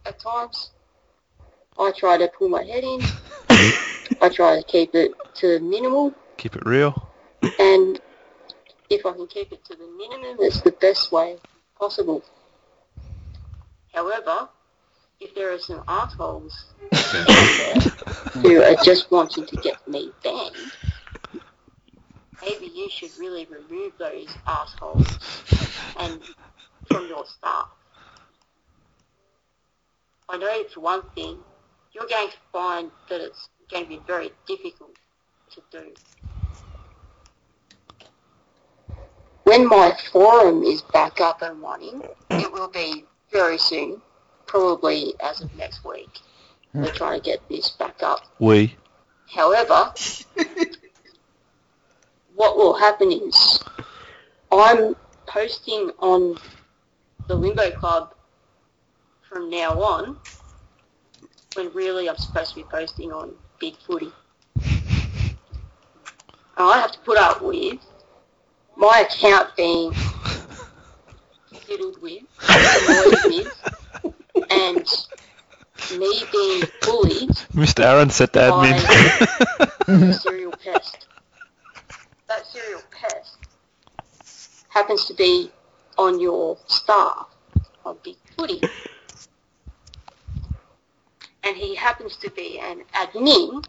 Speaker 13: at times. I try to pull my head in. I try to keep it to minimal,
Speaker 2: Keep it real.
Speaker 13: and if I can keep it to the minimum, it's the best way possible. However, if there are some arseholes who are just wanting to get me banned, maybe you should really remove those assholes and from your staff. I know for one thing, you're going to find that it's going to be very difficult to do. When my forum is back up and running, it will be very soon, probably as of next week. We're trying to get this back up.
Speaker 2: We.
Speaker 13: However, what will happen is I'm posting on the Limbo Club from now on when really I'm supposed to be posting on Big Footy. And I have to put up with my account being fiddled with, annoyed with, and me being bullied
Speaker 2: Mr. Aaron set the
Speaker 13: by a
Speaker 2: admin.
Speaker 13: serial pest. That serial pest happens to be on your staff on Big Footy. And he happens to be an admin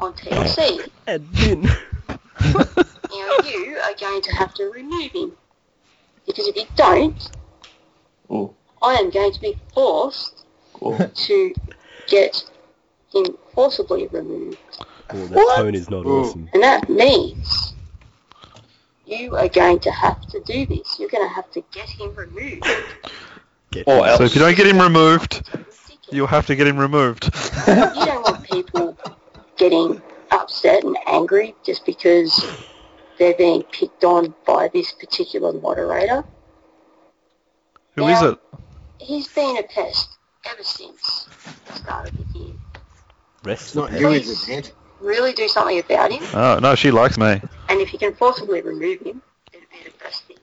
Speaker 13: on TLC.
Speaker 1: Admin.
Speaker 13: Now you are going to have to remove him. Because if you don't,
Speaker 10: Oh.
Speaker 13: I am going to be forced to get him forcibly removed.
Speaker 18: Oh, that
Speaker 13: What?
Speaker 18: tone is not
Speaker 13: Mm.
Speaker 18: awesome.
Speaker 13: And that means you are going to have to do this. You're going to have to get him removed.
Speaker 2: so if you don't get him removed, you'll have to get him removed.
Speaker 13: you don't want people getting upset and angry just because they're being picked on by this particular moderator.
Speaker 2: Who is it?
Speaker 13: He's been a pest ever since the start of the year.
Speaker 18: Rest
Speaker 4: not
Speaker 2: in
Speaker 4: you,
Speaker 2: peace.
Speaker 4: is it, Ant?
Speaker 13: Really do something about him.
Speaker 2: Oh no, she likes me.
Speaker 13: And if you can forcibly remove him, it'd be the best thing.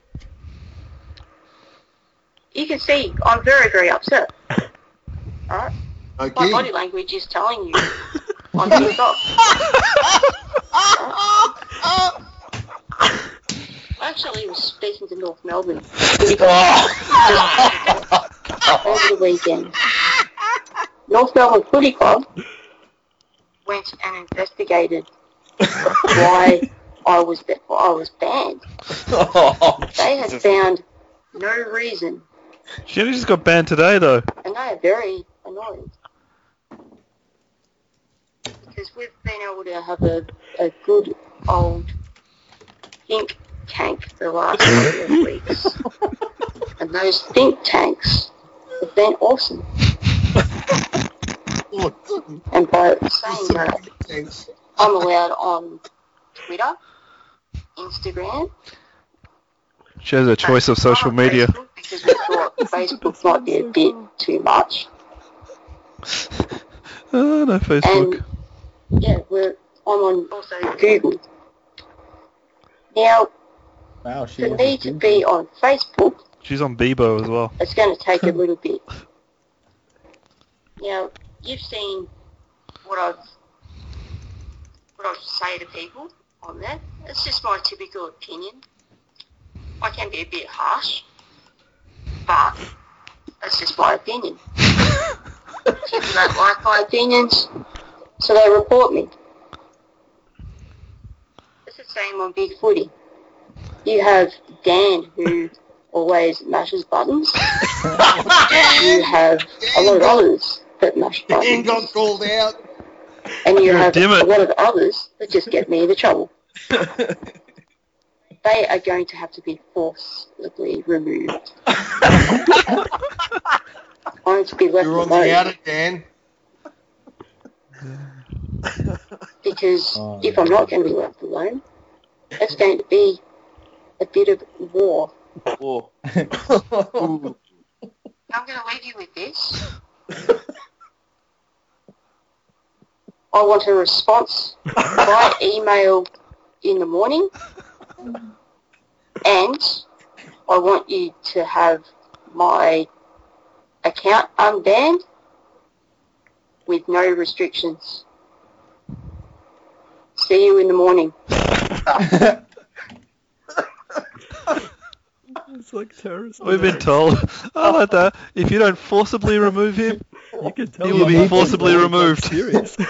Speaker 13: You can see I'm very, very upset. Alright? My
Speaker 4: Okay.
Speaker 13: body language is telling you I'm pissed off. Alright? I actually was speaking to North Melbourne over the weekend. North Melbourne Footy Club went and investigated why I was I was banned. They had found no reason,
Speaker 2: She only just got banned today though.
Speaker 13: and they are very annoyed because we've been able to have a, a good old think tank the last couple of weeks, and those think tanks have been awesome.
Speaker 17: oh,
Speaker 13: And by saying that, I'm allowed on Twitter, Instagram,
Speaker 2: She has a choice of
Speaker 1: Oh,
Speaker 2: social media.
Speaker 13: because we thought Facebook might be a bit too much.
Speaker 2: Oh no, Facebook.
Speaker 13: Yeah, we're I'm on also Google. Now,
Speaker 3: Wow,
Speaker 13: for me to be on Facebook,
Speaker 2: She's on Bebo as well.
Speaker 13: it's going to take a little bit. Now, you've seen what I've what I say to people on that. It's just my typical opinion. I can be a bit harsh, but that's just my opinion. People don't like my opinions, so they report me. same on Big Footy. You have Dan who always mashes buttons. you have a lot of others that mash
Speaker 17: Dan
Speaker 13: buttons.
Speaker 17: got called out.
Speaker 13: And you
Speaker 17: God
Speaker 13: have
Speaker 17: damn it.
Speaker 13: a lot of others that just get me into trouble. they are going to have to be forcibly removed. I'm to be left
Speaker 17: You're on
Speaker 13: alone
Speaker 17: the outer, Dan.
Speaker 13: because
Speaker 17: Oh,
Speaker 13: if I'm not going to be left alone, it's going to be a bit of war.
Speaker 10: War.
Speaker 13: I'm going to leave you with this. I want a response by email in the morning, and I want you to have my account unbanned with no restrictions. See you in the morning.
Speaker 1: It's like terrorist.
Speaker 2: We've been told. I like that. If you don't forcibly remove him,
Speaker 1: Oh. You can tell
Speaker 2: he will
Speaker 1: my
Speaker 2: be
Speaker 1: people
Speaker 2: forcibly
Speaker 1: are
Speaker 2: removed.
Speaker 1: Serious.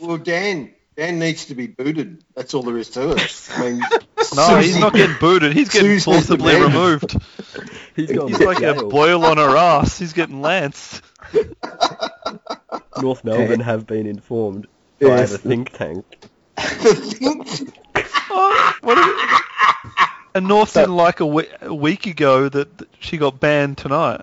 Speaker 17: Well, Dan, Dan needs to be booted. That's all there is to it. I mean,
Speaker 2: No, he's not getting booted. He's getting
Speaker 17: Susie-
Speaker 2: forcibly
Speaker 17: Susie-
Speaker 2: removed.
Speaker 1: He's,
Speaker 2: He's like a boil on her ass. He's getting lanced.
Speaker 1: North Melbourne have been informed
Speaker 2: Yes.
Speaker 1: by the think tank.
Speaker 2: Oh, And North didn't like a, we- a week ago that that she got banned tonight.